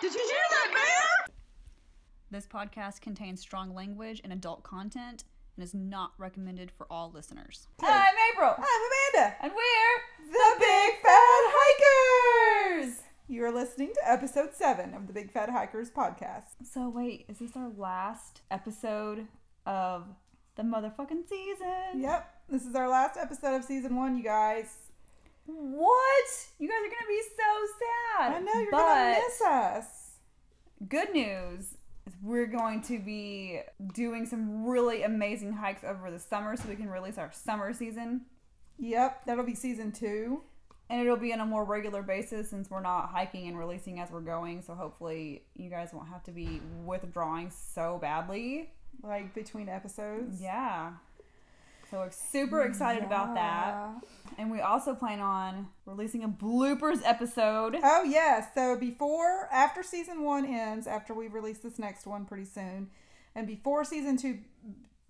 Did you hear that, bear? This podcast contains strong language and adult content and is not recommended for all listeners. I'm April, I'm Amanda, and we're the Big Fat Hikers. You are listening to episode seven of the Big Fat Hikers podcast. So, wait, is this our last episode of the motherfucking season? Yep, this is our last episode of season one, you guys. what? You guys are gonna be so sad. I know you're but gonna miss us. Good news is we're going to be doing some really amazing hikes over the summer, so we can release our summer season, Yep, that'll be season two. and it'll be on a more regular basis since we're not hiking and releasing as we're going. So hopefully, you guys won't have to be withdrawing so badly. Like between episodes. Yeah. So we're super excited about that. Yeah. And we also plan on releasing a bloopers episode. Oh yeah. So before after season one ends, after we release this next one pretty soon, and before season two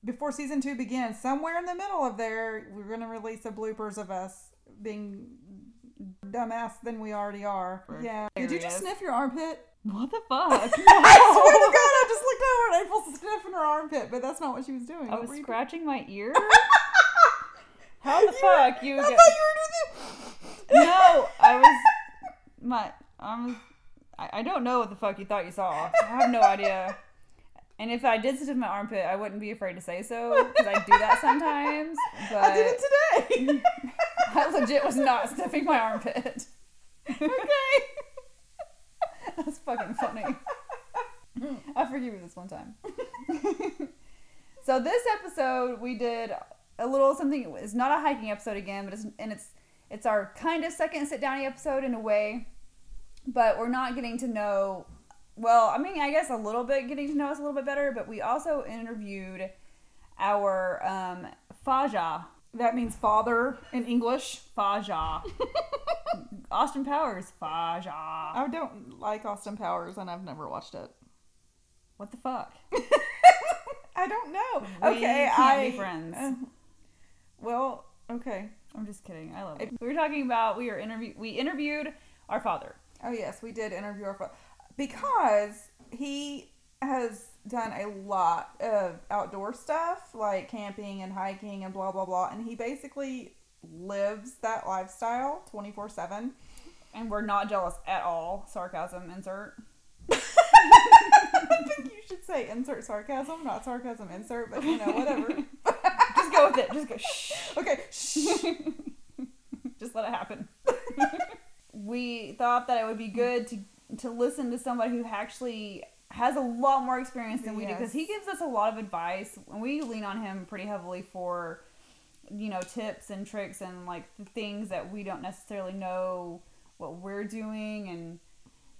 before season two begins, somewhere in the middle of there, we're gonna release a bloopers of us being dumbass than we already are. Yeah. Did you just Hilarious. sniff your armpit? What the fuck? I swear to God, I just looked over and April's sniffing her armpit, but that's not what she was doing. I What was were you scratching my ear. How the fuck you? doing? I Get- thought you were doing this. no, I was my I was I, I don't know what the fuck you thought you saw. I have no idea. And if I did sniff my armpit, I wouldn't be afraid to say so because I do that sometimes. But I did it today. I legit was not sniffing my armpit. okay. That's fucking funny. I forgive you this one time. so this episode we did a little something. It's not a hiking episode again, but it's and it's it's our kind of second sit down episode in a way, but we're not getting to know. Well, I mean, I guess a little bit getting to know us a little bit better, but we also interviewed our um, Faja That means father in English. Faja Austin Powers Faja. I don't like Austin Powers, and I've never watched it. What the fuck? I don't know. We okay, can't I be friends. uh, well, okay. I'm just kidding. I love it. We were talking about we were interview we interviewed our father. Oh yes, we did interview our father because he has done a lot of outdoor stuff like camping and hiking and blah blah blah, and he basically lives that lifestyle twenty four seven. And we're not jealous at all. Sarcasm insert. I think you should say insert sarcasm, not sarcasm insert, but you know whatever. Just go with it. Just go. Shh. okay, shh. Just let it happen. we thought that it would be good to to listen to somebody who actually has a lot more experience than we do because he gives us a lot of advice and we lean on him pretty heavily for you know tips and tricks and like the things that we don't necessarily know what we're doing and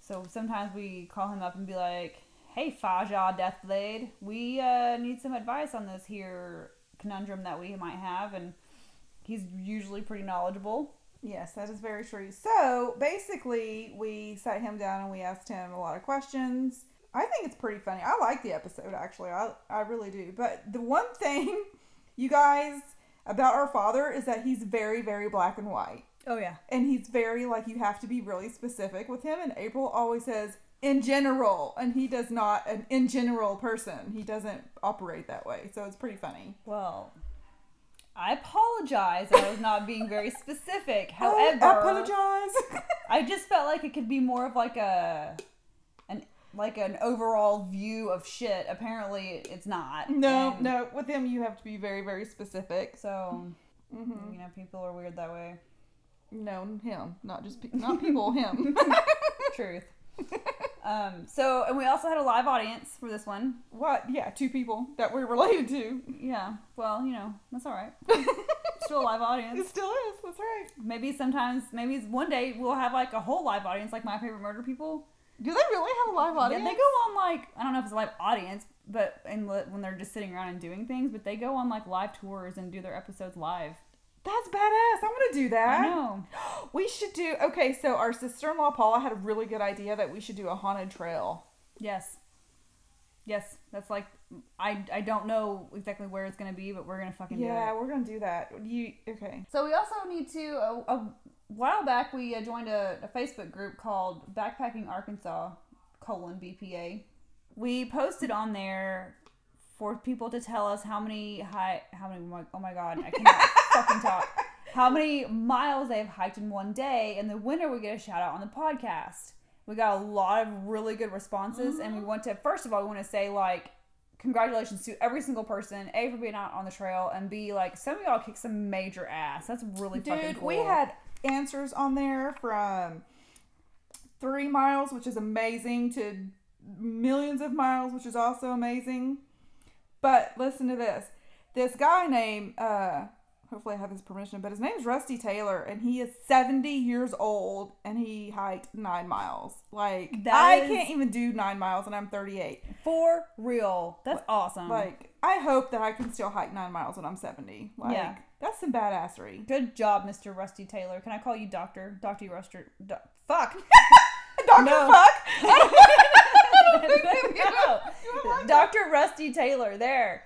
so sometimes we call him up and be like hey faja deathblade we uh, need some advice on this here conundrum that we might have and he's usually pretty knowledgeable Yes, that is very true. So basically, we sat him down and we asked him a lot of questions. I think it's pretty funny. I like the episode actually. I I really do. But the one thing, you guys, about our father is that he's very very black and white, oh yeah and he's very like you have to be really specific with him. And April always says in general, and he does not an in general person. He doesn't operate that way. So it's pretty funny. Well, I apologize that I was not being very specific. However, I apologize. I just felt like it could be more of like a an like an overall view of shit. Apparently, it's not. no, And no. With him, you have to be very very specific. Mm-hmm. So, you know, people are weird that way. No, him, not just pe- not people, him. Truth. um. So, and we also had a live audience for this one. what? Yeah, two people that we're related to. Yeah. Well, you know, that's all right. Still a live It audience. still is. That's right. Maybe sometimes, maybe one day we'll have like a whole live audience, like my favorite murder people. Do they really have a live audience? Yeah, they go on like I don't know if it's a live audience, but and li- when they're just sitting around and doing things, but they go on like live tours and do their episodes live. That's badass. I want to do that. I know. We should do. Okay, so our sister-in-law Paula had a really good idea that we should do a haunted trail. Yes. Yes, that's like I I don't know exactly where it's gonna be, but we're gonna fucking do yeah, it. we're gonna do that. You okay? So we also need to a, a while back we uh, joined a, a Facebook group called Backpacking Arkansas colon BPA. We posted on there for people to tell us how many high, how many, oh my god, I cannot fucking talk. How many miles they've hiked in one day, and the winner would get a shout out on the podcast. We got a lot of really good responses, and we Mm-hmm. want to, first of all, we want to say, like, congratulations to every single person, A, for being out on the trail, and B, like, some of y'all kicked some major ass. That's really fucking Dude, cool. we had answers on there from three miles, which is amazing, to millions of miles, which is also amazing. But listen to this. This guy named, uh, hopefully I have his permission, but his name's Rusty Taylor, and he is 70 years old, and he hiked nine miles. Like, That I is- Mm-hmm. can't even do nine miles, and I'm 38. for real. That's awesome. Like, I hope that I can still hike nine miles when I'm 70. Like, Yeah. that's some badassery. Good job, Mr. Rusty Taylor. Can I call you Doctor? Doctor Rusty. Do- fuck. Dr. No. Fuck! no. Doctor Rusty Taylor. There.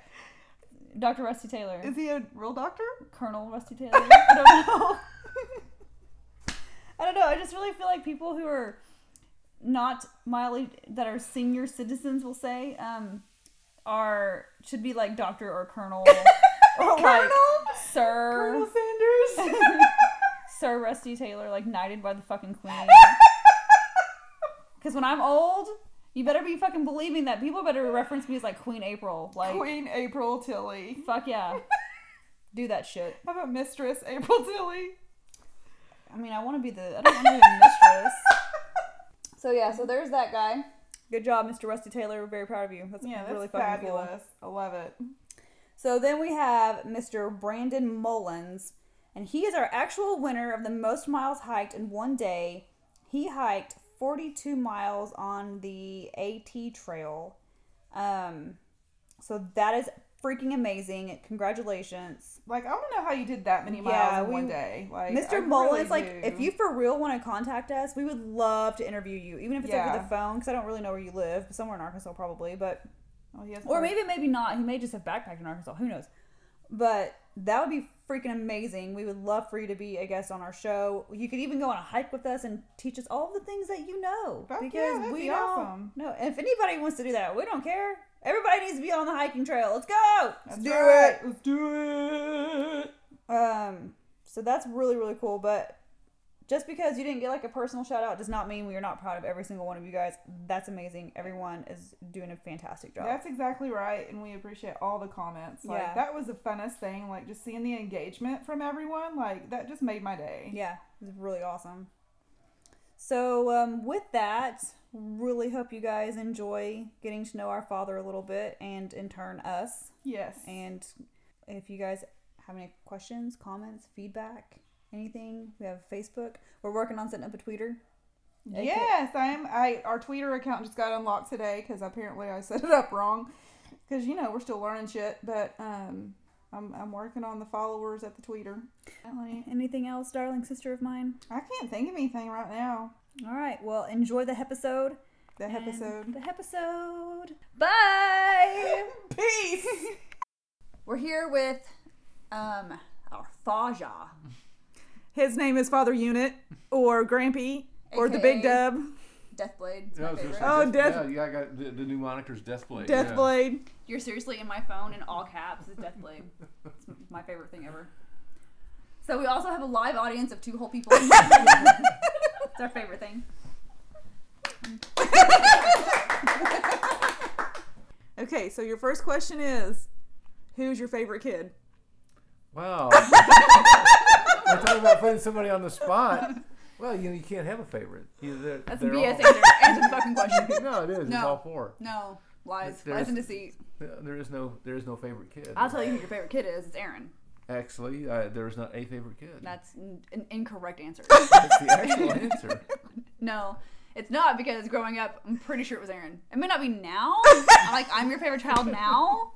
Doctor Rusty Taylor. Is he a real doctor? Colonel Rusty Taylor. I don't know. I don't know. I just really feel like people who are not mildly that are senior citizens, we'll say, um, are should be like Doctor or Colonel or like Sir. Colonel Sanders. Sir Rusty Taylor, like knighted by the fucking queen. Because when I'm old, you better be fucking believing that people better reference me as like Queen April. Like, Queen April Tilly. fuck yeah, do that shit. How about Mistress April Tilly? I mean, I want to be the. I don't want to be a mistress. so yeah, so there's that guy. Good job, Mr. Rusty Taylor. We're very proud of you. That's Yeah, that's really fucking cool. fabulous. I love it. So then we have Mr. Brandon Mullins, and he is our actual winner of the most miles hiked in one day. He hiked 42 miles on the AT Trail. Um, so that is freaking amazing. Congratulations. Like I want to know how you did that many miles Yeah, in we- one day. Like Mr. I really Mullins, like, do. if you for real want to contact us, we would love to interview you, even if it's over Yeah. the phone, because I don't really know where you live, but somewhere in Arkansas probably. But Oh, he has or more- maybe, maybe not. He may just have backpacked in Arkansas. Who knows? But that would be freaking amazing. We would love for you to be a guest on our show. You could even go on a hike with us and teach us all the things that you know. Fuck yeah, that'd be don't awesome. know. And if anybody wants to do that, we don't care. Everybody needs to be on the hiking trail. Let's go. That's right. Let's do it. Um, so that's really, really cool. But just because you didn't get like a personal shout out does not mean we are not proud of every single one of you guys. That's amazing. Everyone is doing a fantastic job. That's exactly right, and we appreciate all the comments. Like Yeah. that was the funnest thing. Like just seeing the engagement from everyone. Like that just made my day. Yeah, it was really awesome. So, um, with that, really hope you guys enjoy getting to know our father a little bit and in turn us. Yes. And if you guys have any questions, comments, feedback, anything, we have Facebook. We're working on setting up a tweeter. Okay. Yes, I am. I our Twitter account just got unlocked today because apparently I set it up wrong. Because you know we're still learning shit, but um, I'm I'm working on the followers at the Twitter. Anything else, darling sister of mine? I can't think of anything right now. All right, well, enjoy the episode. The episode. The episode. Bye! Peace. We're here with um our Faja. His name is Father Unit or Grampy or the Big AKA. Dub, Deathblade. Yeah, I was gonna say Oh, Death- Death- Yeah, yeah, I got the, the new moniker's Deathblade. yeah. Deathblade. You're seriously in my phone in all caps. It's Deathblade. It's my favorite thing ever. So we also have a live audience of two whole people. it's our favorite thing. Okay, so your first question is, who's your favorite kid? Wow. I talking about putting somebody on the spot. Well, you know, you can't have a favorite. Either they're, That's they're BS all- answer. Answer the fucking question. No, it is. It's No. all four. No. Lies. There's- lies and deceit. There is no, there is no favorite kid. I'll tell you who your favorite kid is. It's Aaron. Actually, uh, there is not a favorite kid. That's n- an incorrect answer. That's the actual answer. No, it's not because growing up, I'm pretty sure it was Aaron. It may not be now. like I'm your favorite child now,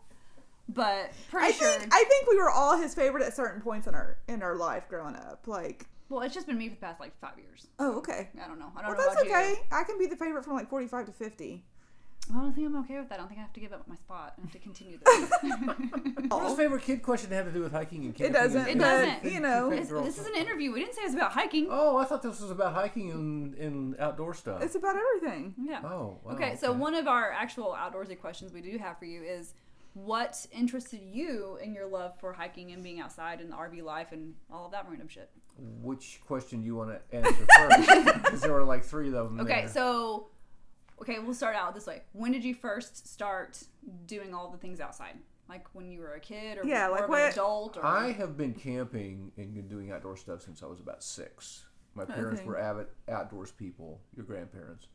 but pretty I sure. think I think we were all his favorite at certain points in our in our life growing up. Like, well, it's just been me for the past like five years. oh okay, I don't know. I don't well know that's about okay. you. I can be the favorite from like forty five to fifty. I don't think I'm okay with that. I don't think I have to give up my spot. I have to continue this. What does favorite kid question have to do with hiking and camping? doesn't, and- It doesn't. and- you know. and- this, this is an interview. We didn't say it was about hiking. Oh, I thought this was about hiking and, and outdoor stuff. It's about everything. Yeah. oh, wow, okay, so one of our actual outdoorsy questions we do have for you is what interested you in your love for hiking and being outside and the RV life and all of that random shit? Which question do you want to answer first? Because there were like three of them. Okay, there. so okay, we'll start out this way. When did you first start doing all the things outside? Like when you were a kid or Yeah, more like of an what- adult or I have been camping and been doing outdoor stuff since I was about six. Oh, My parents Okay. were avid outdoors people, your grandparents.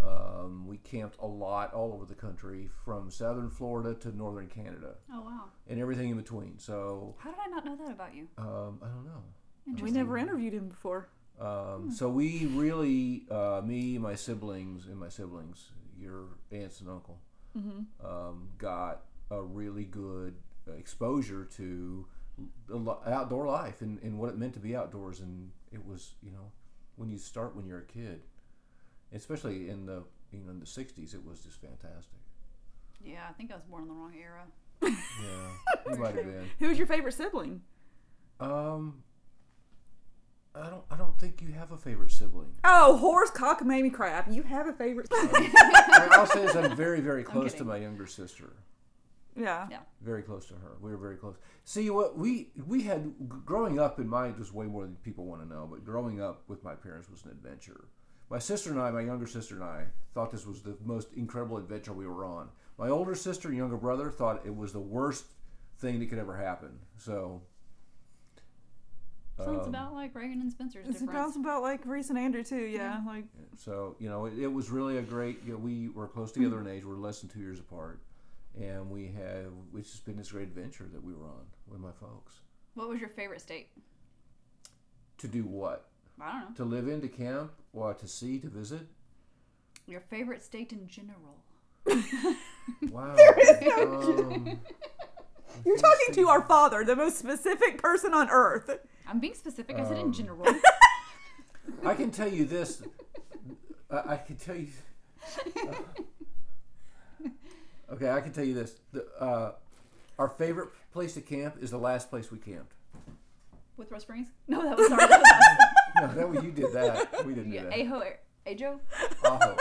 Um, we camped a lot all over the country, from southern Florida to northern Canada, Oh wow. and everything in between. So How did I not know that about you? um, I don't know. We never interviewed him before. Um, so we really, uh, me, my siblings, and my siblings, your aunts and uncle, um, got a really good uh, exposure to a lo- outdoor life and, and what it meant to be outdoors. And it was, you know, when you start when you're a kid, especially in the you know in the '60s, it was just fantastic. Yeah, I think I was born in the wrong era. Yeah, you might have been. Who's your favorite sibling? Um, I don't. I don't think you have a favorite sibling. Oh, horse cockamamie crap. You have a favorite sibling. What I'll say is I'm very, very close to kidding. my younger sister. yeah. Yeah. Very close to her. We were very close. See what we we had g- growing up in my just way more than people want to know, but growing up with my parents was an adventure. My sister and I, my younger sister and I, thought this was the most incredible adventure we were on. My older sister and younger brother thought it was the worst thing that could ever happen. So Sounds um, about like Reagan and Spencer's It difference. sounds about like Reese and Andrew too. Yeah, like So you know, it, it was really a great. You know, we were close together in age. We're less than two years apart, and we have it's just been this great adventure that we were on with my folks. What was your favorite state? To do what? I don't know. To live in, to camp, or to see, to visit. Your favorite state in general. Wow. Um, there is no you're talking to our father, the most specific person on earth. I'm being specific. I said in Um, general. I can tell you this. I, I can tell you. uh, okay, I can tell you this. The, uh, our favorite place to camp is the last place we camped. With Rose Springs? No, that was sorry. That No, that was, you did that. We didn't was do that. Aho, Ajo. Aho.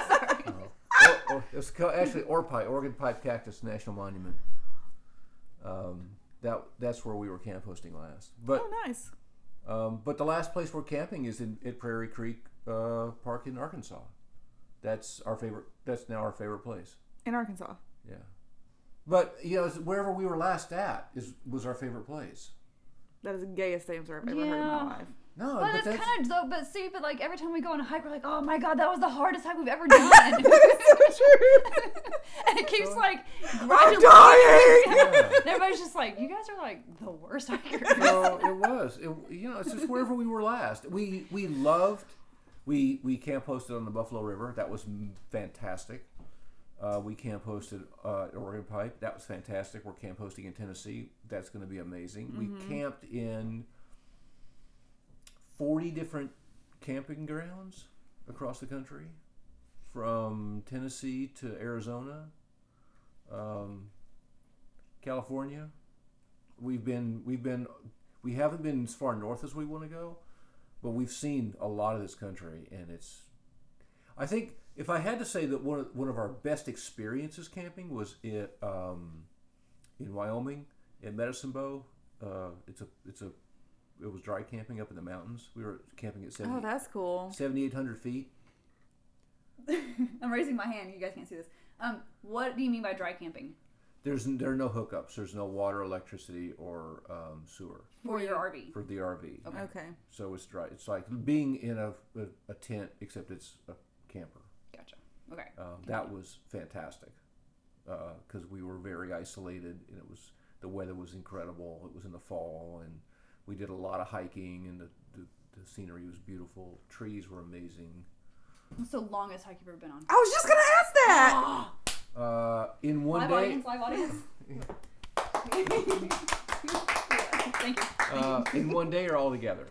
Oh. Or- or- it's co- actually Orpi, Oregon Pipe Cactus National Monument. Um, that that's where we were camp hosting last. But Oh, nice. um, but the last place we're camping is in at Prairie Creek uh, Park in Arkansas. That's our favorite. That's now our favorite place. In Arkansas. Yeah. But you know, it's wherever we were last at is was our favorite place. That is the gayest answer I've ever heard in Yeah. my life. No, Well, but that's, that's kind of though. But see, but like every time we go on a hike, we're like, oh my god, that was the hardest hike we've ever done. and it keeps like I'm gradually. dying. yeah. And everybody's just like, you guys are like the worst hikers. No, it was. It, you know, it's just wherever we were last. We we loved. We we camp hosted on the Buffalo River. That was m- fantastic. Uh, we camp hosted uh, at Oregon Pipe. That was fantastic. We're camp hosting in Tennessee. That's going to be amazing. We camped in forty different camping grounds across the country, from Tennessee to Arizona, um, California. We've been we've been we haven't been as far north as we want to go, but we've seen a lot of this country, and it's. I think if I had to say that one of, one of our best experiences camping was it um, in Wyoming at Medicine Bow. Uh, it's a it's a it was dry camping up in the mountains. We were camping at Oh, 70 that's cool. 7,800 feet. I'm raising my hand. You guys can't see this. Um, what do you mean by dry camping There's n- there are no hookups. There's no water, electricity, or um, sewer for your RV? for the RV. Okay. So it's dry. It's like being in a, a, a tent, except it's a camper. Gotcha. Okay. Um, that was fantastic because we were very isolated, and it was the weather was incredible. It was in the fall, and we did a lot of hiking, and the, the, the scenery was beautiful. Trees were amazing. What's the longest hike you've ever been on? I was just gonna ask that. Uh, in one Live day, audience, live audience. Thank you. Uh, in one day or all together.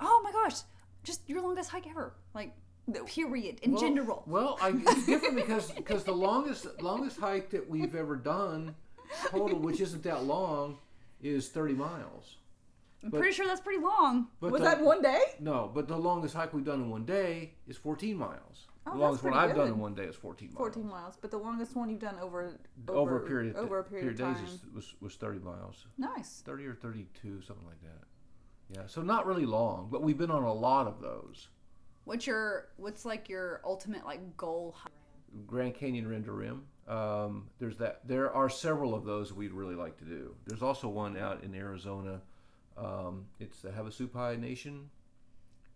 Oh my gosh, just your longest hike ever. Like Period. In Well- general. Well, I, it's different because because the longest longest hike that we've ever done total, which isn't that long, is thirty miles. I'm but- pretty sure that's pretty long. But Was the- that one day? No, but the longest hike we've done in one day is fourteen miles. Oh, the that's longest one pretty I've done good. in one day is fourteen miles. 14 miles, but the longest one you've done over over, a period of, over a period, of time. days is, was was thirty miles, Nice. thirty or thirty two, something like that. Yeah, so not really long, but we've been on a lot of those. What's your what's like your ultimate like goal? hi- Grand Canyon Rim to Rim. Um, there's that. There are several of those we'd really like to do. There's also one out in Arizona. Um, it's the Havasupai Nation.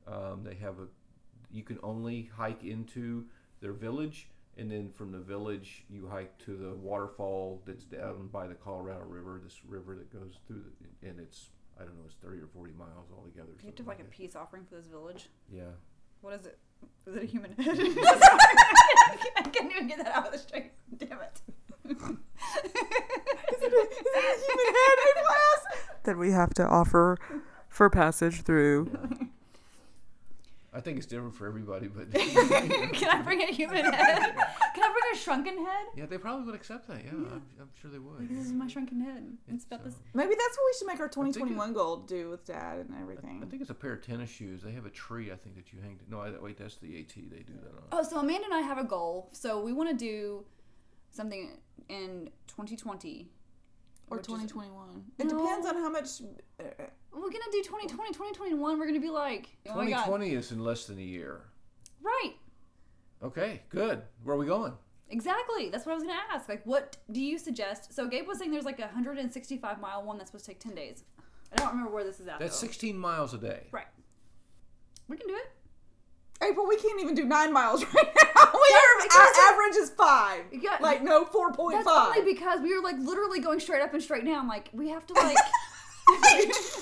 Um, they have a. You can only hike into their village, and then from the village you hike to the waterfall that's down by the Colorado River. This river that goes through, the, and it's I don't know, it's thirty or forty miles altogether. Do you have to have like a peace offering for this village? yeah. What is it? Is it a human head? I can't even get that out of the straight. Damn it. that we have to offer for passage through. I think it's different for everybody, but Can I bring a human head? Can I bring a shrunken head? yeah, they probably would accept that. Yeah, I'm, I'm sure they would. This is my shrunken head. It's about uh, this. Maybe that's what we should make our it- 2021 goal do with dad and everything. I think it's a pair of tennis shoes. They have a tree, I think, that you hang. No, I, wait, that's the AT. They do that on. Oh, so Amanda and I have a goal. So we want to do something in 2020. or which is- 2021. It depends on how much. uh, We're going to do 2020, 2021. We're going to be like, oh my God. 2020 is in less than a year. Right. Okay, good. Where are we going? Exactly. That's what I was going to ask. Like, what do you suggest? So Gabe was saying there's like a 165 mile one that's supposed to take 10 days. I don't remember where this is at. That's though. 16 miles a day. Right. We can do it. April, we can't even do nine miles right now. We are, our average is five. Yeah. like no four point That's five. only because we were like literally going straight up and straight down. Like, we have to like.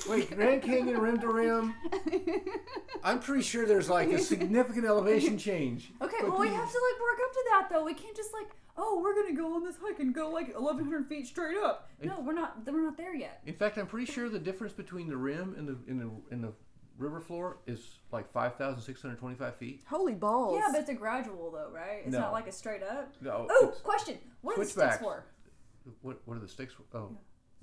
Wait, Grand Canyon rim to rim. I'm pretty sure there's like a significant elevation change. Okay, well, we have to like work up to that though. We can't just like, oh, we're gonna go on this hike and go like 1,100 feet straight up. No, we're not. We're not there yet. In fact, I'm pretty sure the difference between the rim and the and the, and the river floor is like 5,625 feet. Holy balls! Yeah, but it's a gradual though, right? It's No. not like a straight up. No. Oh, it's- question. What are the sticks Switchbacks. for? What, what are the sticks? For? Oh,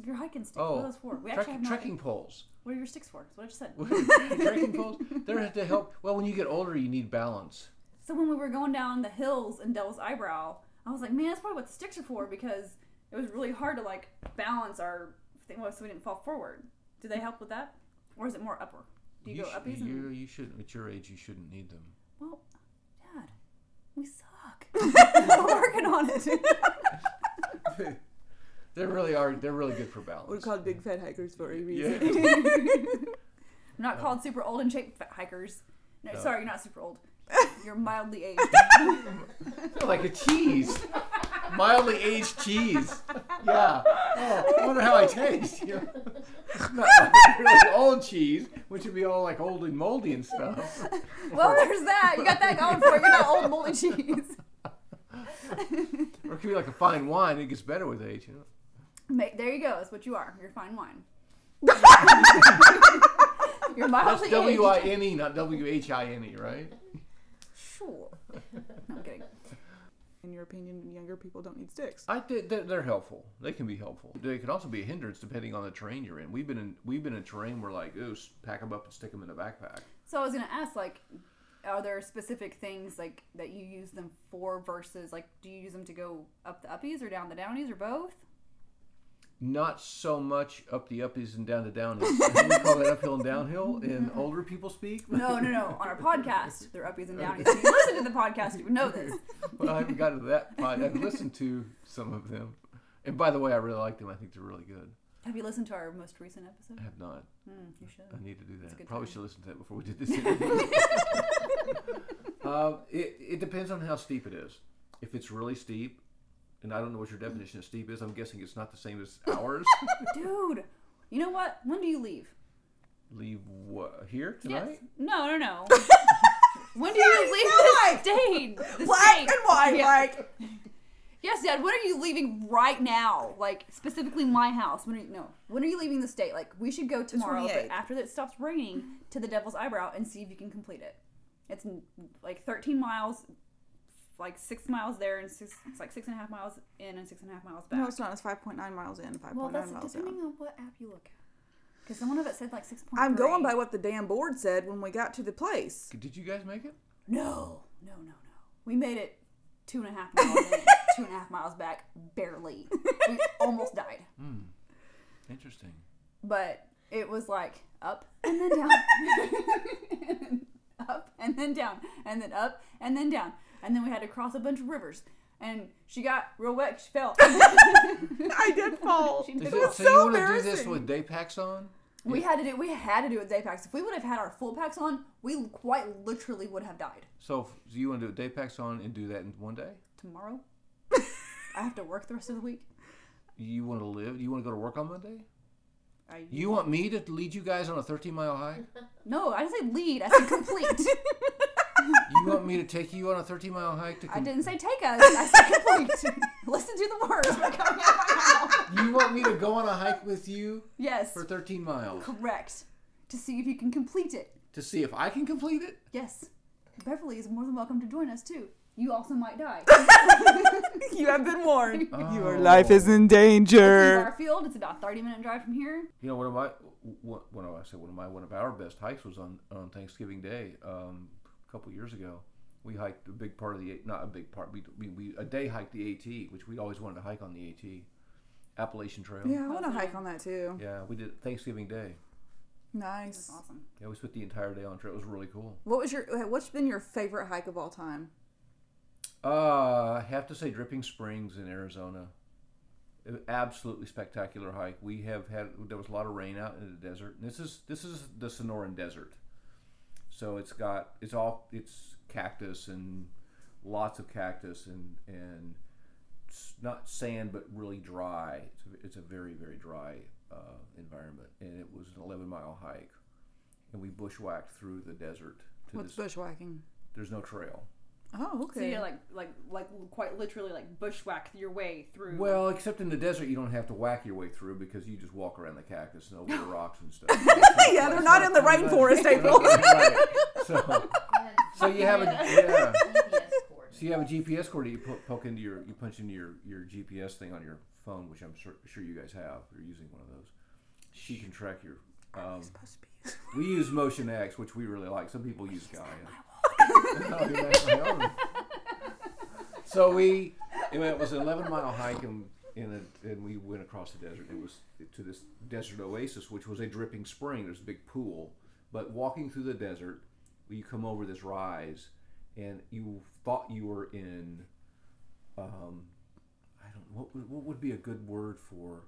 Your hiking sticks. oh. What are those for? We trek- actually have not. trekking poles. What are your sticks for? That's what I just said. trekking poles. They're to help. Well, when you get older, you need balance. So when we were going down the hills in Devil's Eyebrow, I was like, man, that's probably what the sticks are for because it was really hard to like balance our thing well, so we didn't fall forward. Do they help with that, or is it more upper? Do you, go sh- uppies and You, you shouldn't. At your age, you shouldn't need them. Well, Dad, we suck. We're working on it. They really are. They're really good for we're balance. called big fat hikers for a reason. yeah. I'm not called super old and shape fat hikers. No, No. sorry, you're not super old. You're mildly aged. They're like a cheese, mildly aged cheese. Yeah. Oh, I wonder how I taste. You know? Not really old cheese, which would be all like old and moldy and stuff. well, there's that. You got that going for you. You're not old, moldy cheese. Or it could be like a fine wine. It gets better with age. You know. Ma- There you go. That's what you are. You're fine wine. you're mildly That's W I aged. N E, not W H I N E, right? Sure. No, I'm kidding. In your opinion, younger people don't need sticks. I think they're, they're helpful. They can be helpful. They can also be a hindrance depending on the terrain you're in. We've been in we've been in terrain where like, ooh, s- pack them up and stick them in a backpack. So I was gonna ask, like, are there specific things like that you use them for versus like, do you use them to go up the uppies or down the downies or both? Not so much up the uppies and down to downhill. we call that uphill and downhill in older people speak. No, no, no. On our podcast, they're uppies and downies. If you listen to the podcast, you would know this. Well, I haven't gotten to that. Pod. I've listened to some of them, and by the way, I really like them. I think they're really good. Have you listened to our most recent I episode? have not. Hmm, you should. I need to do that. good Probably time. should listen to that before we did this interview. uh, it, it depends on how steep it is. If it's really steep, and I don't know what your definition of steep is, I'm guessing it's not the same as ours. Dude, you know what? When do you leave? Leave what, here tonight? No, no, no. When do you leave why? this state? This Black state? and white, Yeah. like Yes, Dad. When are you leaving right now? Like specifically my house. When are you, no? When are you leaving the state? Like we should go tomorrow, but 28th. after that stops raining, to the Devil's Eyebrow and see if you can complete it. It's n- like 13 miles, like six miles there, and six, it's like six and a half miles in and six and a half miles back. No, it's not. It's 5.9 miles in, 5.9 well, that's miles depending out. on what app you look at. Because one of it said like 6.3. I'm going by what the damn board said when we got to the place. Did you guys make it? No, no, no, no. We made it two and a half miles in, two and a half miles back, barely. We almost died. Hmm. Interesting. But it was like up and then down. up and then down. And then up and then down. And then we had to cross a bunch of rivers. And she got real wet. She fell. I did fall. She Is did. it, was so, so you want to do this embarrassing. with day packs on? we had to do. We had to do a day packs. If we would have had our full packs on, we quite literally would have died So, f- so you want to do a day packs on and do that in one day? tomorrow. I have to work the rest of the week. You want to live? You want to go to work on Monday? I, You want me to lead you guys on a 13 mile hike? no, I didn't say lead. I said complete. You want me to take you on a 13 mile hike to? I Com- didn't say take us. I said complete. Listen to the words that are coming out of my mouth. You want me to go on a hike with you Yes, for 13 miles correct. To see if you can complete it. to see if I can complete it? Yes, Beverly is more than welcome to join us too. You also might die. you have been warned. Your Life is in It's in danger. Garfield. It's about thirty minute drive from here. You know, one of my one, one of I said one of my one of our best hikes was on on Thanksgiving Day um, a couple years ago. We hiked a big part of the not a big part we, we, we a day hiked the AT, which we always wanted to hike on the AT, Appalachian Trail. Yeah, I want to hike on that too. Yeah, we did it Thanksgiving Day. Nice. Awesome. Yeah, we spent the entire day on trail. It was really cool. What was your? uh, What's been your favorite hike of all time? Uh, I have to say, Dripping Springs in Arizona, An absolutely spectacular hike. We have had there was a lot of rain out in the desert. And this is this is the Sonoran Desert, so it's got it's all it's cactus and lots of cactus and and s- not sand but really dry. It's a, it's a very very dry uh, environment, and it was an 11 mile hike, and we bushwhacked through the desert to What's this. bushwhacking? There's no trail. Oh, So okay. you're like, like, like, quite literally, like bushwhack your way through. Well, except in the desert, you don't have to whack your way through because you just walk around the cactus and over the rocks and stuff. yeah, they're not in the rainforest, April. Right. So, so you have a yeah. GPS cord. So you have a GPS cord that you po- poke into your you punch into your your GPS thing on your phone, which I'm sur- sure you guys have. You're using one of those. She can track your. Um, we use Motion X, which we really like. Some people use Gaia. Oh, yeah, that's my own. so we, anyway, it was an 11 mile hike, and and, it, and we went across the desert. It was to this desert oasis, which was a dripping spring. There's a big pool, but walking through the desert, you come over this rise, and you thought you were in, um, I don't what would- what would be a good word for.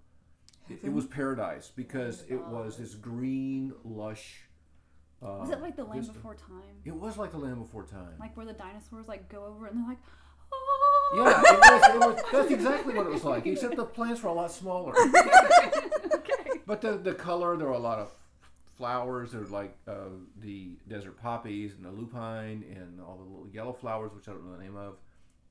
It, it was paradise because it was this green, lush. Uh, is it like the land vista. before time? It was like the land before time. Like where the dinosaurs like go over and they're like, oh. Yeah, it was, it was, that's exactly what it was like, except the plants were a lot smaller. But the, the color, there were a lot of flowers. There were like uh, the desert poppies and the lupine and all the little yellow flowers, which I don't know the name of,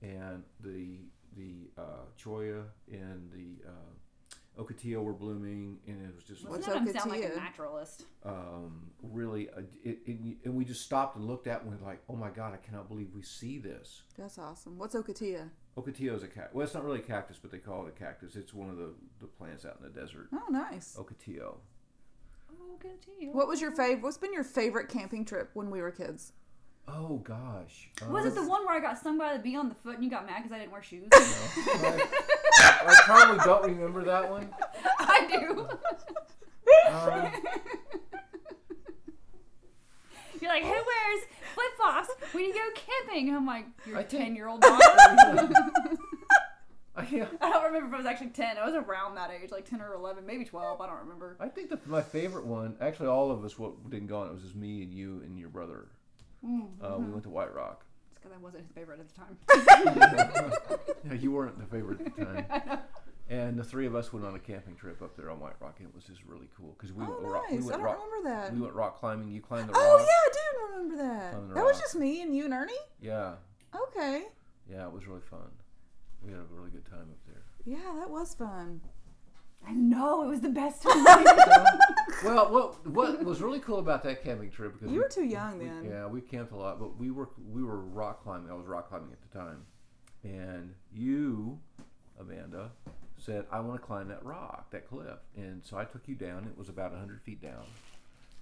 and the the uh, choya and the uh, ocotillo were blooming, and it was just What's Doesn't that sound like Okatia? a naturalist? um, really, uh, it, it, and we just stopped and looked at it and we are like, oh my god, I cannot believe we see this. That's awesome. What's Okatia? Ocotillo is a cactus. Well, it's not really a cactus, but they call it a cactus. It's one of the, the plants out in the desert. Oh, nice. Ocotillo. Oh, good to you. What was your favorite? What's been your favorite camping trip when we were kids? Oh gosh. Was Um, it the one where I got stung by the bee on the foot and you got mad because I didn't wear shoes? I, I probably don't remember that one. I do. Um, You're like, who Oh. wears flip flops when you go camping? I'm like, your I think- ten year old daughter. I, yeah, I don't remember if I was actually ten. I was around that age, like ten or eleven, maybe twelve. I don't remember. I think the, my favorite one. Actually, all of us what didn't go on. It was just me and you and your brother. Uh, Mm-hmm. we went to White Rock. It's because I wasn't his favorite at the time. Yeah, you weren't the favorite at the time. And the three of us went on a camping trip up there on White Rock, and it was just really cool because we, Oh, went rock- we nice. I went don't rock. remember that. We went rock climbing. You climbed the rock. Oh yeah, I do remember that. Climbing the That was rock. just me and you and Ernie. Yeah, Okay. yeah, it was really fun. We had a really good time up there. Yeah, that was fun. I know it was the best time. well, what what was really cool about that camping trip because You we- were too young we- then. Yeah, we camped a lot, but we were we were rock climbing. I was rock climbing at the time, and you, Amanda, said I want to climb that rock, that cliff, and so I took you down. It was about hundred feet down,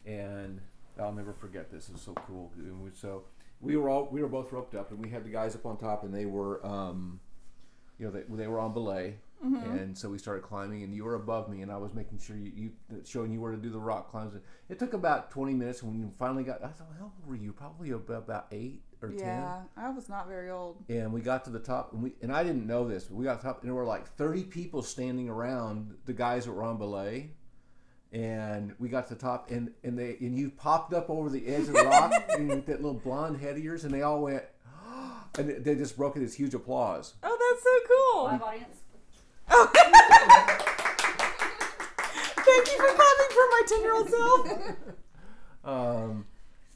and I'll never forget this. It was so cool. And we, so we were all we were both roped up, and we had the guys up on top, and they were. Um, you know, they, they were on belay, and so we started climbing, and you were above me, and I was making sure you, you showing you where to do the rock climbs. It took about 20 minutes, and when you finally got, I thought, how old were you? Probably about, about eight or Yeah, I was not very old. 10. And we got to the top, and we and I didn't know this, but we got to the top, and there were like 30 people standing around the guys that were on belay. And we got to the top, and, and they and you popped up over the edge of the rock and with that little blonde head of yours, and they all went, and they- they just broke into this huge applause. Oh, that's so Live audience. cool. Thank you for clapping for my 10 year old self. Um,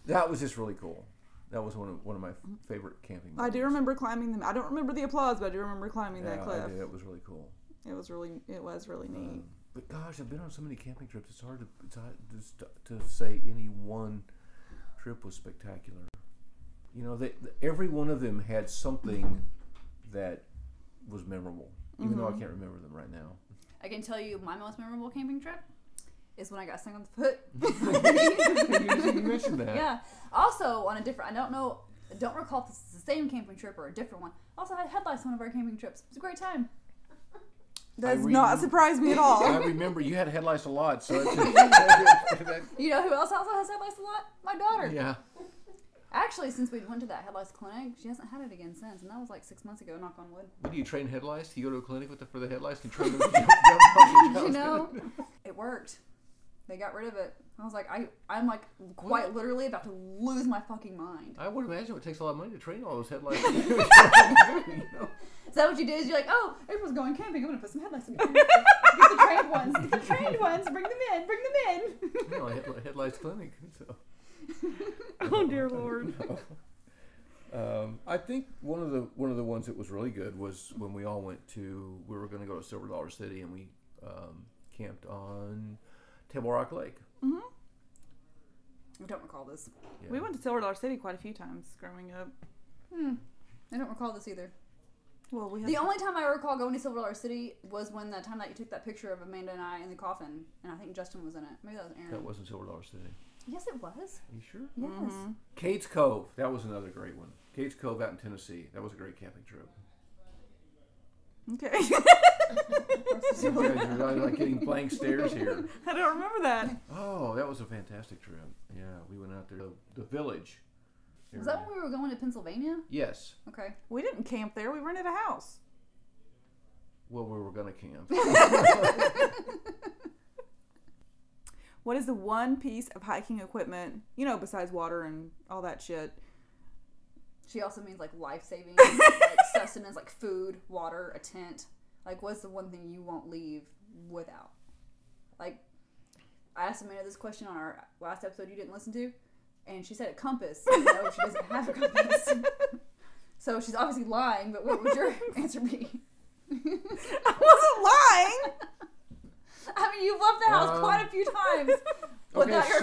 that was just really cool. That was one of one of my favorite camping. I do memories. remember climbing them. I don't remember the applause, but I do remember climbing that Yeah, I cliff. did. It was really cool. It was really, it was really neat. Um, but gosh, I've been on so many camping trips. It's hard to it's hard to, to say any one trip was spectacular. You know, they, every one of them had something that was memorable, even Mm-hmm. though I can't remember them right now. I can tell you my most memorable camping trip is when I got stung on the foot. you, you mentioned that. Yeah. Also on a different. I don't know. I don't recall if this is the same camping trip or a different one. Also had headlights on one of our camping trips. It was a great time. Does I not remember- surprise me at all. I remember you had headlights a lot, so it's You know who else also has headlights a lot? My daughter. yeah. Actually, since we went to that headlights clinic, she hasn't had it again since, and that was like six months ago. Knock on wood. What do you train headlights? Do you go to a clinic with the, for the headlights and train them? to jump- jump off you each know, other? it worked. They got rid of it. I was like, I, I'm like quite literally about to lose my fucking mind. I would imagine it takes a lot of money to train all those headlights. Is that what you did? Is you're like, oh, April's going camping. I'm gonna put some headlights in. Get the trained ones. Get the trained ones. Bring them in. Bring them in. you know, head, headlights clinic. So. Oh dear lord. Um, I think one of the one of the ones that was really good was when we all went to we were going to go to Silver Dollar City and we um, camped on Table Rock Lake. I don't recall this. Yeah. We went to Silver Dollar City quite a few times growing up. Hmm. I don't recall this either. Well, we had The only time I recall going to Silver Dollar City was when the time that you took that picture of Amanda and I in the coffin, and I think Justin was in it. Maybe that was Aaron. That wasn't Silver Dollar City. Yes, it was. you sure? Yes. Mm-hmm. Cates Cove. That was another great one. Cates Cove out in Tennessee. That was a great camping trip. okay. You guys are really, like getting blank stares here. I don't remember that. Oh, that was a fantastic trip. Yeah, we went out there. The, the village. Was that area. when we were going to Pennsylvania? Yes. Okay. We didn't camp there. We rented a house. Well, we were gonna camp. What is the one piece of hiking equipment, you know, besides water and all that shit? She also means like life saving, like sustenance, like food, water, a tent. Like, what's the one thing you won't leave without? Like, I asked Amanda this question on our last episode you didn't listen to, and she said a compass. And no, she doesn't have a compass. so she's obviously lying, but what would your answer be? I wasn't lying. I mean, you've left the house Um, quite a few times. Well, Okay, not your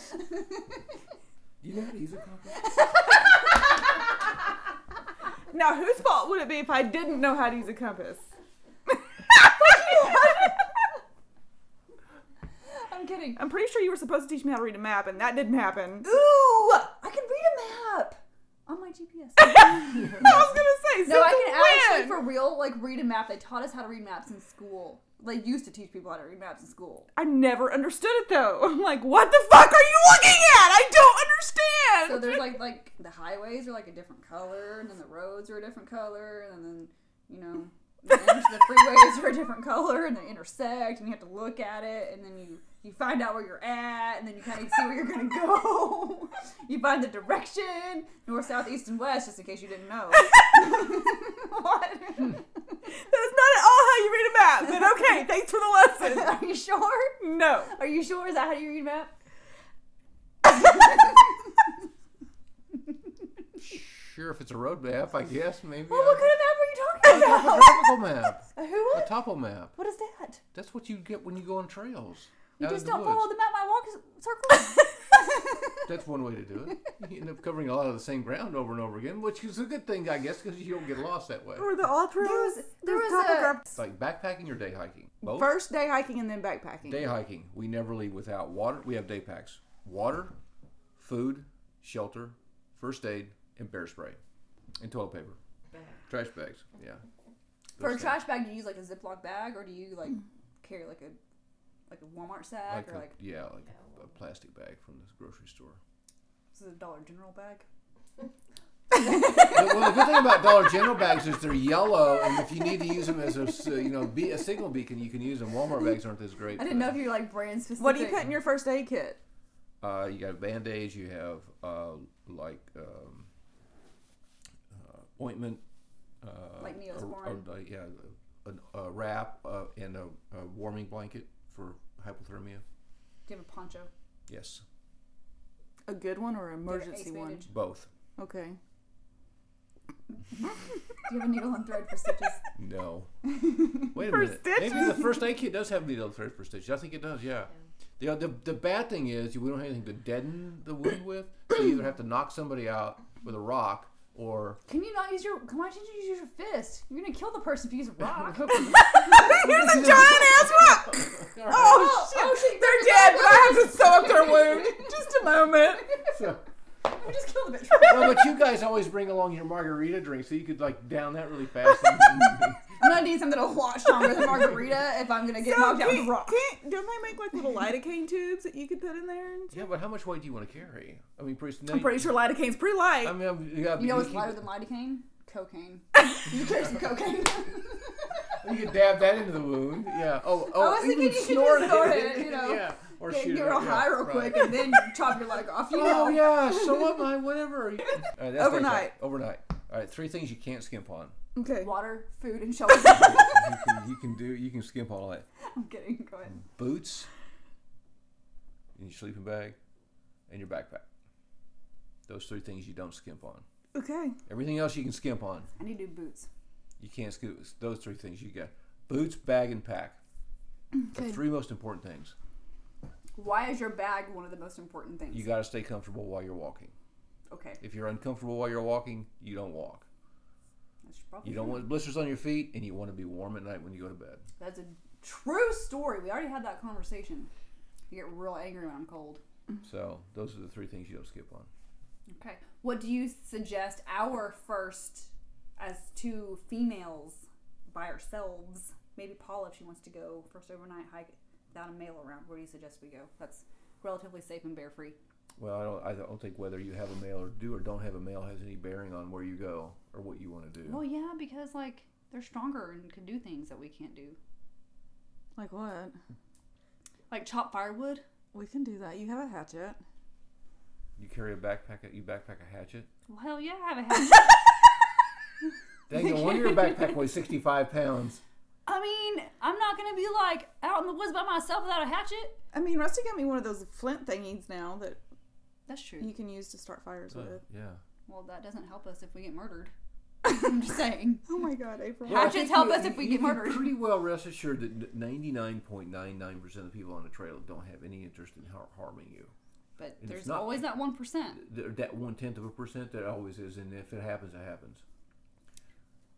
so, yeah. You know how to use a compass? Now, whose fault would it be if I didn't know how to use a compass? I'm kidding. I'm pretty sure you were supposed to teach me how to read a map, and that didn't happen. Ooh! I can read a map on my GPS. I was gonna say, No, I since can actually when? for real like read a map. They taught us how to read maps in school. They used to teach people how to read maps in school. I never understood it though. I'm like, what the fuck are you looking at? I don't So understand. there's like like the highways are like a different color, and then the roads are a different color, and then you know the, inter- the freeways are a different color, and they intersect, and you have to look at it, and then you you find out where you're at, and then you kind of see where you're gonna go. you find the direction north, south, east, and west, just in case you didn't know. what? That's not at all how you read a map. But okay, thanks for the lesson. are you sure? No. Are you sure? Is that how you read map? Sure, if it's a road map, I guess maybe. Well, what I- kind of map are you are you talking about? A topographical map. Who A would? topo map. What is that? That's what you get when you go on trails. You out just in don't the woods. follow the map I walk is- circle. That's one way to do it. You end up covering a lot of the same ground over and over again, which is a good thing, I guess, because you don't get lost that way. Or the all trails. There was there There's was a topograph- It's like backpacking or day hiking. Both. first day hiking and then backpacking. Day hiking. We never leave without water. We have day packs. Water, food, shelter, first aid, and bear spray, and toilet paper, trash bags. Yeah. For a Those trash bag, do you use like a Ziploc bag, or do you like carry like a like a Walmart things. sack, Like, or a, like yeah, like a plastic bag from the grocery store. is it a Dollar General bag? But, well, the good thing about Dollar General bags is they're yellow, and if you need to use them as a s- uh, you know be a signal beacon, you can use them. Walmart bags aren't as great. I for didn't know that. if you were like brand specific. What do you put in your first aid kit? Uh, you got band aids. You have uh, like um, uh, ointment. Uh, Like a- Neosporin? A, a, yeah, a, a wrap uh, and a, a warming blanket for hypothermia. Do you have a poncho? Yes, A good one or an Do you have an emergency ace one? bandage? both. Okay. Do you have a needle and thread for stitches? No. Wait a For minute. Maybe the first aid kit does have needle thread for stitches. I think it does. Yeah. The, the, the bad thing is we don't have anything to deaden the wound with, so you either have to knock somebody out with a rock or Can you not use your? Come on, didn't you use your fist? You're gonna kill the person if you use a rock. oh, Here's a giant ass rock. Oh, shit. shit! They're dead, but I have to sew up their wound. Just a moment. So- I just killed the bitch. well, but you guys always bring along your margarita drink, so you could like down that really fast. I'm gonna need something a lot stronger than margarita if I'm gonna get knocked out with a rock. Can't, don't they make like little lidocaine tubes that you could put in there? And yeah, but how much weight do you want to carry? I mean, pretty. I'm pretty sure lidocaine's pretty light. I mean, I'm- you, gotta, You know you what's keep- lighter than lidocaine? Cocaine. You carry some cocaine. you could dab that into the wound. Yeah. Oh, oh. was thinking even you could just snort snort it, you know. yeah. Or get shoot get it. real Yeah, high real right. quick and then chop your leg off. You know? Oh yeah, so what my whatever. All right, that's Overnight. daytime. Overnight. All right, three things you can't skimp on. Okay. Water, food, and shelter. You can, you can do. You can skimp on all that. I'm kidding. Go ahead. Mm. Boots, and your sleeping bag, and your backpack. Those three things you don't skimp on. Okay. Everything else you can skimp on. I need new boots. You can't skip it's those three things. You got boots, bag, and pack. The three most important things. Why is your bag one of the most important things? You got to stay comfortable while you're walking. okay, If you're uncomfortable while you're walking, you don't walk. that's probably You don't want blisters on your feet, and you want to be warm at night when you go to bed. That's a true story. We already had that conversation. I get real angry when I'm cold. So those are the three things you don't skip on. Okay. What do you suggest our first, as two females by ourselves? Maybe Paula, if she wants to go first overnight hike without a male around, where do you suggest we go? That's relatively safe and bear free. Well, I don't. I don't think whether you have a male or do or don't have a male has any bearing on where you go or what you want to do. Well, yeah, because like they're stronger and can do things that we can't do, Like what? like chop firewood. We can do that. You have a hatchet. You carry a backpack. You backpack a hatchet. Well, hell yeah, I have a hatchet. Dang, no wonder your backpack weighs sixty-five pounds. I mean, I'm not gonna be like out in the woods by myself without a hatchet. I mean, Rusty got me one of those flint thingies now that That's true. you can use to start fires Uh, with. yeah. Well, that doesn't help us if we get murdered. I'm just saying. Oh my god, April. Yeah, I Hatchets think help you- us you- if we you get can murdered. Pretty well rest assured that ninety nine point nine nine percent of people on the trail don't have any interest in har- harming you. But And there's it's not- always that one percent. There, that one tenth of a percent that always is, and if it happens, it happens.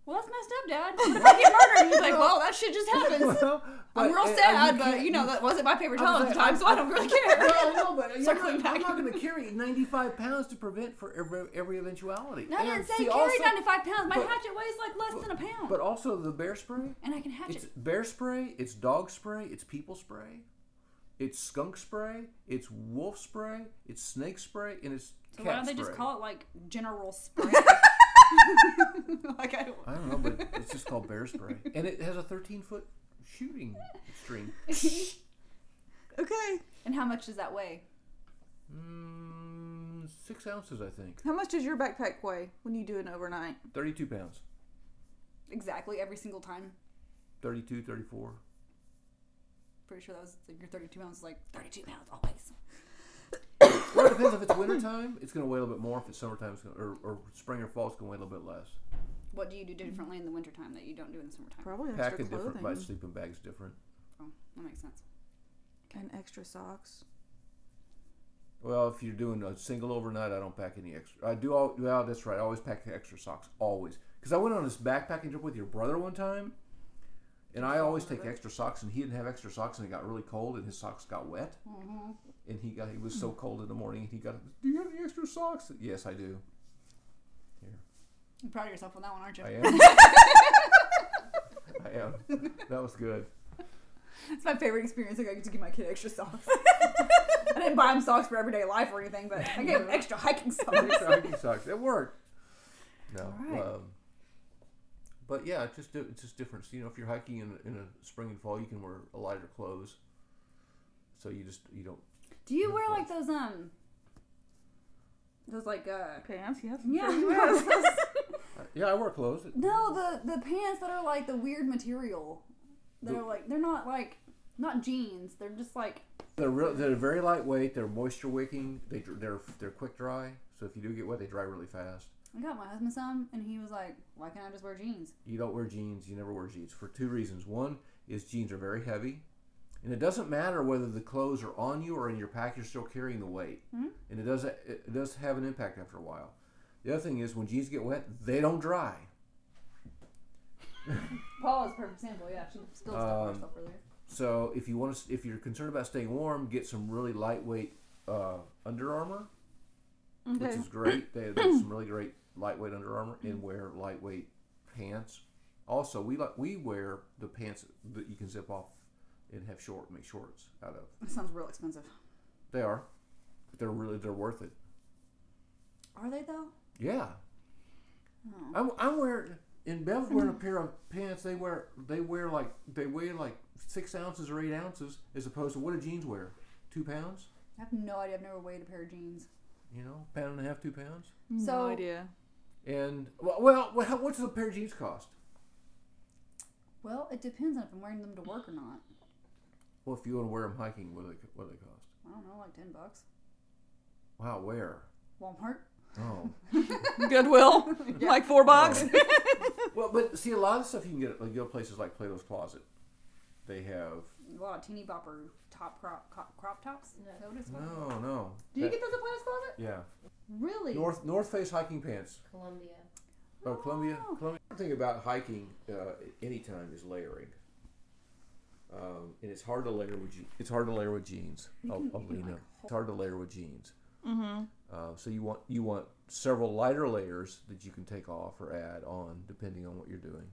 Well, that's messed up, Dad. What if I get murdered? He's like, well, that shit just happens. Well, I'm real uh, uh, sad, but can't- you know that wasn't my favorite I'm child at the saying- time, so I don't really care. Well, I know, but uh, you're Circling not, I'm back. not going to carry 95 pounds to prevent for every, every eventuality. No, I didn't And say see, carry also- 95 pounds. My but- hatchet weighs like less than a pound, But also the bear spray. and I can hatchet. It's bear spray. It's dog spray. It's people spray. It's skunk spray. It's wolf spray. It's snake spray, and it's So cat why don't they spray. just call it like general spray? like I don't. I don't know, but it's just called bear spray, and it has a 13 foot shooting string. Okay. And how much does that weigh? Mm, six ounces, I think. How much does your backpack weigh when you do an overnight? 32 pounds. Exactly every single time. 32, 34. Pretty sure that was like your 32 pounds. is Like 32 pounds always. Well, it depends if it's wintertime, it's going to weigh a little bit more. If it's summertime, it's gonna, or, or spring or fall, it's going to weigh a little bit less. What do you do differently in the wintertime that you don't do in the summertime? Probably Pack a extra different. My clothing sleeping bag's different. Oh, that makes sense. and extra socks. Well, if you're doing a single overnight, I don't pack any extra. I do all. Well, that's right. I always pack the extra socks. Always, because I went on this backpacking trip with your brother one time, and I always take extra socks, and he didn't have extra socks, and it got really cold, and his socks got wet, and he got he was so cold in the morning, and he got. Do you have any extra socks? Yes, I do. You're proud of yourself on that one, aren't you? I am. I am. That was good. It's my favorite experience. Like I get to give my kid extra socks. I didn't buy him socks for everyday life or anything, but I gave him extra hiking socks. Extra hiking socks. It worked. No. Alright. Um, but yeah, it's just di- it's just difference. You know, if you're hiking in, in a spring and fall, you can wear a lighter clothes. So you just you don't. Do you wear like those um, those like uh, Pants, yes. yeah, Uh, Yeah, I wear clothes. no the the pants that are like the weird material. That The- are like they're not like not jeans. They're just like They're real, they're very lightweight. They're moisture wicking. They dr- they're they're quick dry. So if you do get wet, they dry really fast. I got my husband some, and he was like, "Why can't I just wear jeans?" you don't wear jeans, you never wear jeans for two reasons. One is jeans are very heavy, and it doesn't matter whether the clothes are on you or in your pack, you're still carrying the weight, and it does it it does have an impact after a while. The other thing is when jeans get wet, they don't dry. Paul is a perfect example. Yeah, she still stuck Um, herself earlier. So if you want to, if you're concerned about staying warm, get some really lightweight uh, Under Armour, which is great. They have some really great lightweight Under Armour, and wear lightweight pants. Also, we like we wear the pants that you can zip off and have short make shorts out of. That sounds real expensive. They are, but they're really they're worth it. Are they though? Yeah, I'm I'm wearing in Bev's wearing a pair of pants. They wear they wear like they weigh like six ounces or eight ounces as opposed to what do jeans wear? Two pounds. I have no idea. I've never weighed a pair of jeans. you know, pound and a half, two pounds. no So- idea. And well, well wha- how, what does a pair of jeans cost? Well, it depends on if I'm wearing them to work or not. Well, if you want to wear them hiking, what do they, what do they cost? I don't know, like ten bucks. Wow, where? Walmart. Oh, Goodwill, like four bucks. well, but see, a lot of stuff you can get at like, you know, places like Plato's Closet. They have A lot of teeny bopper top crop crop, crop tops. Is that what it's called? no, no. Do you That- get those at Plato's Closet? yeah, Really? North North Face hiking pants. Columbia. Oh, Columbia. Oh. Columbia. The thing about hiking uh, anytime is layering. Um, and it's hard to layer with je- it's hard to layer with jeans. Oh, I'll, I'll lean in. It's hard to layer with jeans. Mm-hmm. Uh, so you want you want several lighter layers that you can take off or add on depending on what you're doing.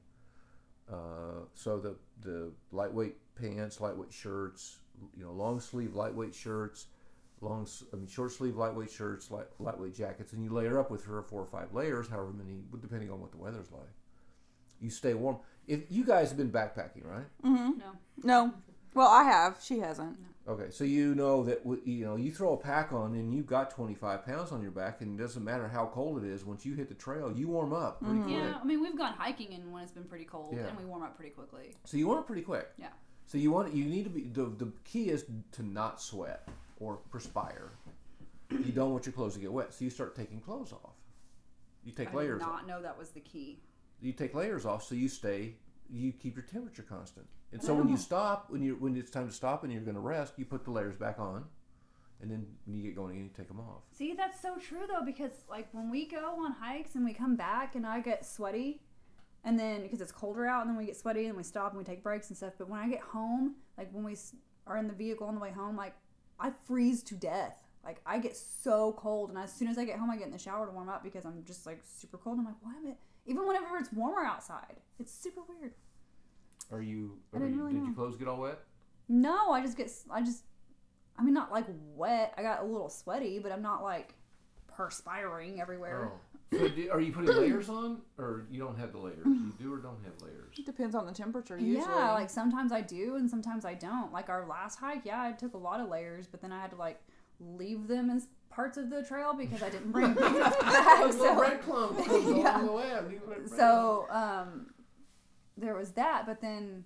Uh, so the the lightweight pants, lightweight shirts, you know, long sleeve lightweight shirts, long s- I mean short sleeve lightweight shirts, light, lightweight jackets, and you layer up with three or four or five layers, however many, depending on what the weather's like. You stay warm. If you guys have been backpacking, right? No. No. Well, I have. She hasn't. Okay, so you know that w- you know you throw a pack on and you've got 25 pounds on your back, and it doesn't matter how cold it is. Once you hit the trail, you warm up pretty quick. Mm-hmm. Yeah, I mean we've gone hiking and when it's been pretty cold Yeah. and we warm up pretty quickly. So you warm up pretty quick. Yeah. So you want you need to be the the key is to not sweat or perspire. You don't want your clothes to get wet, so you start taking clothes off. You take I did layers. Off. not know that was the key. You take layers off, so you stay. You keep your temperature constant. And so when you stop, when you when it's time to stop and you're going to rest, you put the layers back on, and then when you get going, you take them off. See, that's so true though, because like when we go on hikes and we come back and I get sweaty, and then because it's colder out and then we get sweaty and we stop and we take breaks and stuff. But when I get home, like when we s- are in the vehicle on the way home, like I freeze to death. Like I get so cold, and as soon as I get home, I get in the shower to warm up because I'm just like super cold. I'm like, why am I? Even whenever it's warmer outside, it's super weird. Are you? I Are didn't you really did know. your clothes get all wet? No, I just get, s- I just, I mean, not like wet. I got a little sweaty, but I'm not like perspiring Oh. everywhere. So do, are you putting layers on, or you don't have the layers? You do or don't have layers? It depends on the temperature usually. Yeah, like sometimes I do and sometimes I don't. Like our last hike, yeah, I took a lot of layers, but then I had to like leave them in s- parts of the trail because I didn't bring them back. so, red clump comes Yeah. the way. I mean, red- so um, there was that, but then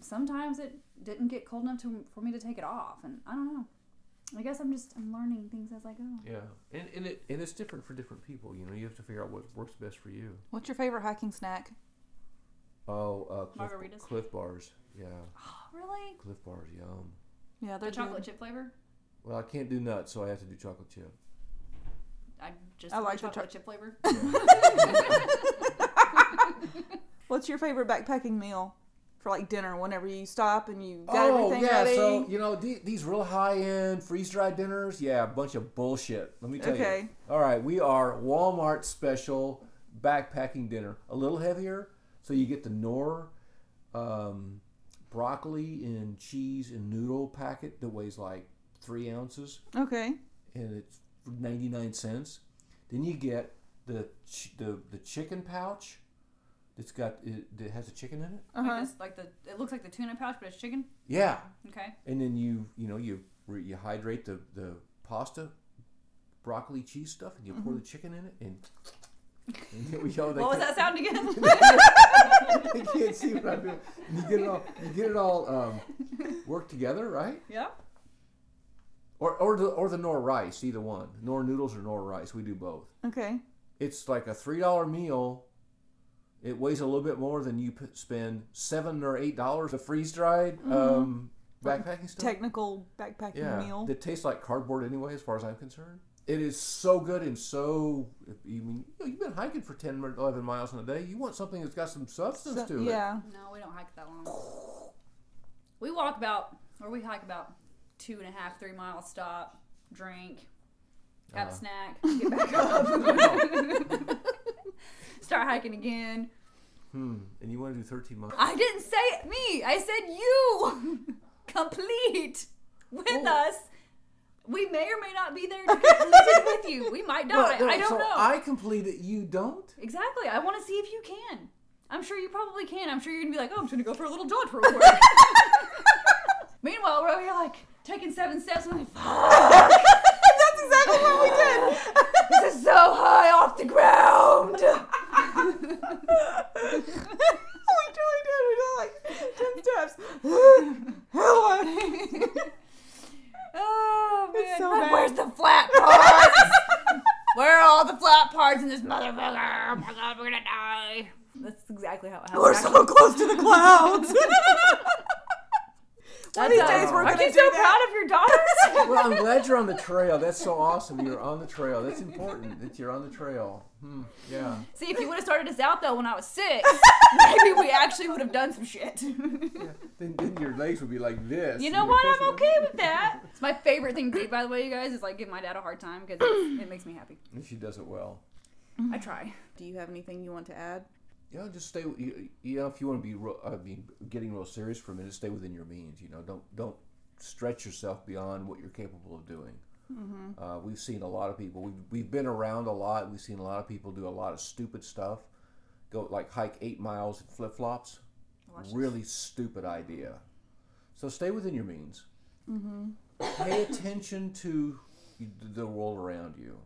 sometimes it didn't get cold enough to, for me to take it off, and I don't know. I guess I'm just I'm learning things as I go. Yeah, and and it and it's different for different people. You know, you have to figure out what works best for you. What's your favorite hiking snack? Oh, uh, cliff, Margaritas? Cliff bars. Yeah, Really? Cliff bars. Yum. Yeah, The they're chocolate good. chip flavor? Well, I can't do nuts, so I have to do chocolate chip. I just I I like like the chocolate chip flavor. What's your favorite backpacking meal for like dinner? Whenever you stop and you got everything ready. Oh, So you know the- these real high end freeze dried dinners. Yeah, a bunch of bullshit. Let me tell you. Okay. All right, we are Walmart special backpacking dinner. A little heavier, so you get the Knorr um, broccoli and cheese and noodle packet that weighs like three ounces. okay. and it's for 99 cents. Then you get the ch- the, the chicken pouch that's got it, that has a chicken in it. Uh-huh. Like this, like the it looks like the tuna pouch, but it's chicken. Yeah, Okay. and then you you know you re- you hydrate the the pasta, broccoli cheese stuff, and you pour the chicken in it, and, and we all Mm-hmm. they, What was that can't, sound again? they can't see what I'm doing. And you get it all you get it all um, worked together, right? yeah. Or or the or the nor rice, either one, nor noodles or nor rice. We do both. Okay. it's like a three dollar meal. It weighs a little bit more than you p- spend seven or eight dollars of freeze dried Mm-hmm. um, backpacking stuff. Technical backpacking yeah, meal. that tastes like cardboard anyway, as far as I'm concerned. It is so good and so. You mean you know, you've been hiking for 10 or 11 miles in a day? You want something that's got some substance So- to it. yeah. No, we don't hike that long. We walk about, or we hike about two and a half, three miles. Stop, drink, have a Uh-huh. snack, get back up, start hiking again. Hmm. And you want to do 13 miles? I didn't say it, me. I said you. Complete with us. We may or may not be there to complete it with you. We might die. I don't so know. I complete it. You don't. Exactly. I want to see if you can. I'm sure you probably can. I'm sure you're gonna be like, oh, I'm just gonna go for a little jaunt real quick. Meanwhile, we're over here like taking seven steps, and I'm like, fuck. That's exactly what we did. this is so high off the ground. we truly did. We did like ten steps. Hello. Oh man, so But bad. where's the flat parts? Where are all the flat parts in this motherfucker? Oh my god, we're gonna die. That's exactly how it happened. We're so close to the clouds. One these days we're Aren't gonna you do so that. proud of your daughters? well, I'm glad you're on the trail. That's so awesome. You're on the trail. That's important that you're on the trail. Hmm. Yeah. See, if you would have started us out though when I was six, maybe we actually would have done some shit. you Then, then your legs would be like this. know what? I'm okay with that. It's my favorite thing to do, by the way, you guys, is like give my dad a hard time because it makes me happy. And she does it well. I try. Do you have anything you want to add? You know, just stay. You, you know, if you want to be, real, I mean, getting real serious for a minute, stay within your means. You know, don't don't stretch yourself beyond what you're capable of doing. Uh, we've seen a lot of people. We've we've been around a lot. We've seen a lot of people do a lot of stupid stuff. Go like hike eight miles in flip flops. Really stupid idea. So stay within your means. Pay attention to the world around you.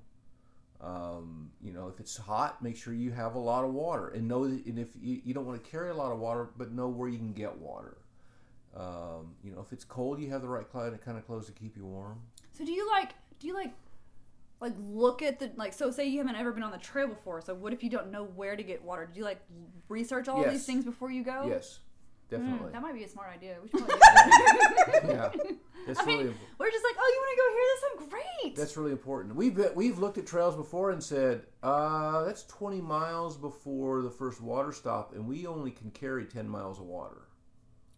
Um, you know, if it's hot, make sure you have a lot of water, and know that. And if you, you don't want to carry a lot of water, but know where you can get water. Um, you know, if it's cold, you have the right cli- kind of clothes to keep you warm. So do you like do you like like look at the like so say you haven't ever been on the trail before, so what if you don't know where to get water? Do you like research all Yes. these things before you go? Yes, Hmm, definitely. that might be a smart idea. We should probably do that. yeah, that's I really mean, imp- we're just like, oh, you want to go here? That sounds great. that's really important. We've been, we've looked at trails before and said uh, that's 20 miles before the first water stop, and we only can carry 10 miles of water.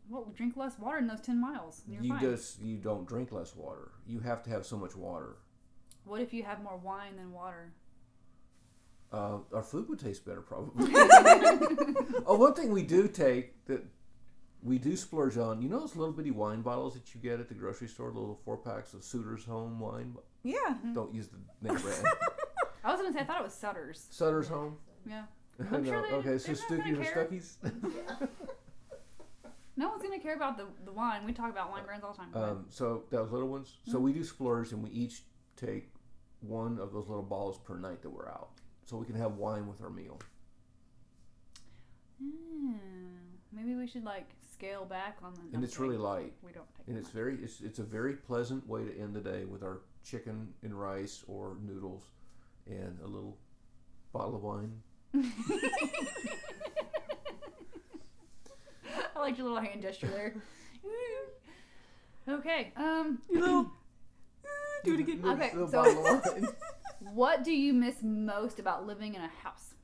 Well, drink less water in those ten miles. and You're you fine. just you don't drink less water. You have to have so much water. What if you have more wine than water? Uh, our food would taste better, probably. oh, one thing we do take that we do splurge on. You know those little bitty wine bottles that you get at the grocery store, the little four packs of Sutter's Home wine. Yeah. Mm. Don't use the name brand. I was gonna say I thought it was Sutter's. Sutter's Home. Yeah. No, I'm sure they- okay, so they're not gonna Stuckies or care. Stuckies. No one's gonna care about the, the wine. We talk about wine brands all the time. um, so those little ones. So we Mm-hmm. do splurge, and we each take one of those little bottles per night that we're out, so we can have wine with our meal. Hmm. Maybe we should like scale back on the. And it's really light. We don't take. And it's very it's, it's a very pleasant way to end the day with our chicken and rice or noodles and a little bottle of wine. I liked your little hand gesture there. okay. Um. Mm, Do it again. Okay, so- What do you miss most about living in a house?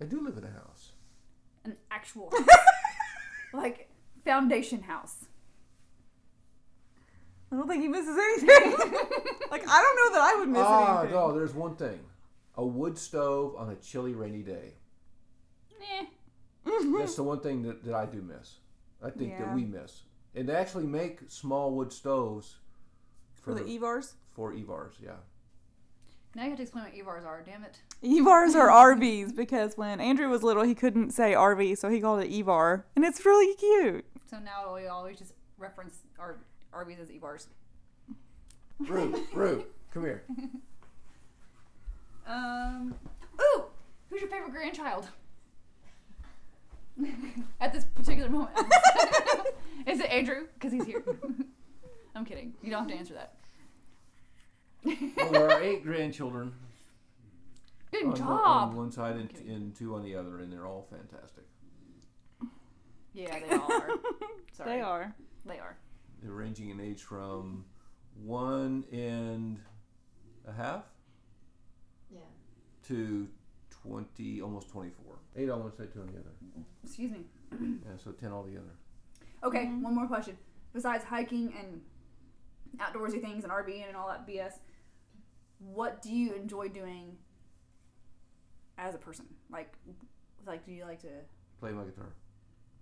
I do live in a house. An actual house. like foundation house. I don't think he misses anything. like I don't know that I would miss Ah, anything. no, there's one thing. A wood stove on a chilly, rainy day. Eh. That's the one thing that, that I do miss. I think Yeah. that we miss. And they actually make small wood stoves For the E- Evars, for Evars, yeah. Now you have to explain what EVARs are. Damn it. Evars are RVs because when Andrew was little, he couldn't say RV, so he called it Evar, and it's really cute. So now we always just reference our RVs as EVARs. Rue, Rue, come here. Um. Ooh, who's your favorite grandchild? At this particular moment, is it Andrew? Because he's here. I'm kidding. You don't have to answer that. Well, there are eight grandchildren Good on, one- job. on one side and, Okay. and two on the other, and they're all fantastic. Yeah, they all are. Sorry, They are. They are. They're ranging in age from one and a half Yeah. to 20, almost 24. Eight on one side, two on the other. Excuse me. Yeah, so 10 altogether. Okay, one more question. Besides hiking and outdoorsy things and RVing and all that BS, what do you enjoy doing as a person? Like, like, do you like to? Play my guitar.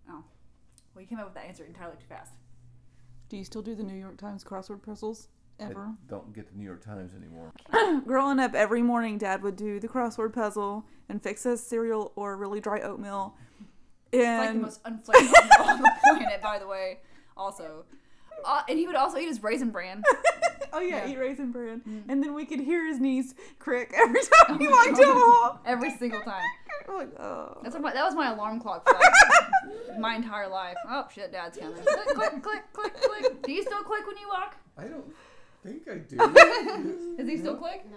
Well, you came up with that answer entirely too fast. Do you still do the New York Times crossword puzzles ever? I don't get the New York Times anymore. Growing up, every morning, Dad would do the crossword puzzle and fix us cereal or really dry oatmeal. It's like the And most unflavorful meal on the planet, by the way. Also, uh, and he would also eat his raisin bran. oh yeah, Yeah. Mm. eat raisin bran, and then we could hear his knees crick every time he walked down the hall. every single time. I'm like, oh. That's what my, that was my alarm clock for like, my entire life. Oh shit, dad's coming. Click, click, click, click, click. Do you still click when you walk? I don't think I do. Is he still click? No.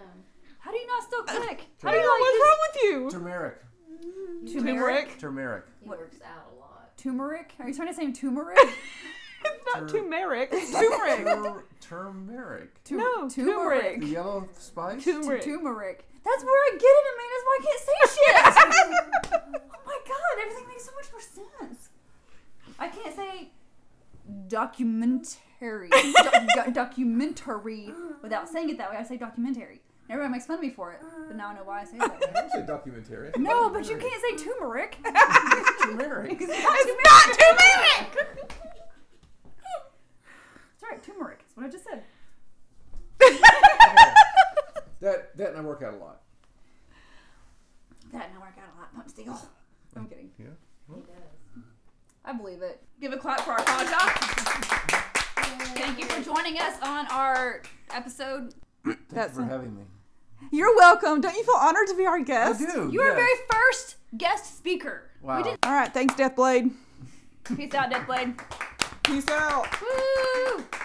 How do you not still click? How do Dad, what's you wrong with you? turmeric. like use Turmeric? turmeric? Turmeric. He What- works out a lot. Turmeric? Are you trying to say turmeric? Not Tur- turmeric. It's turmeric. Tur- turmeric. Tu- No, turmeric. The yellow spice? Turmeric. Turmeric. That's where I get it, Amanda. That's why I can't say shit. oh my god, everything makes so much more sense. I can't say documentary, doc- doc- documentary without saying it that way. I say documentary. And Everyone makes fun of me for it, but now I know why I say it that way. I don't say documentary. No, but you can't say turmeric. Turmeric. it's not turmeric. It's alright, turmeric. That's what I just said. That, that and I work out a lot. That and I work out a lot. Pump steel. I'm kidding. Yeah. He does. I believe it. Give a clap for our podcast. Thank you for joining us on our episode. Thank That's- you for having me. You're welcome. Don't you feel honored to be our I guest? do. You are yes. very first guest speaker. Wow. All right. Thanks, Deathblade. Peace out, Deathblade. Peace out. Woo!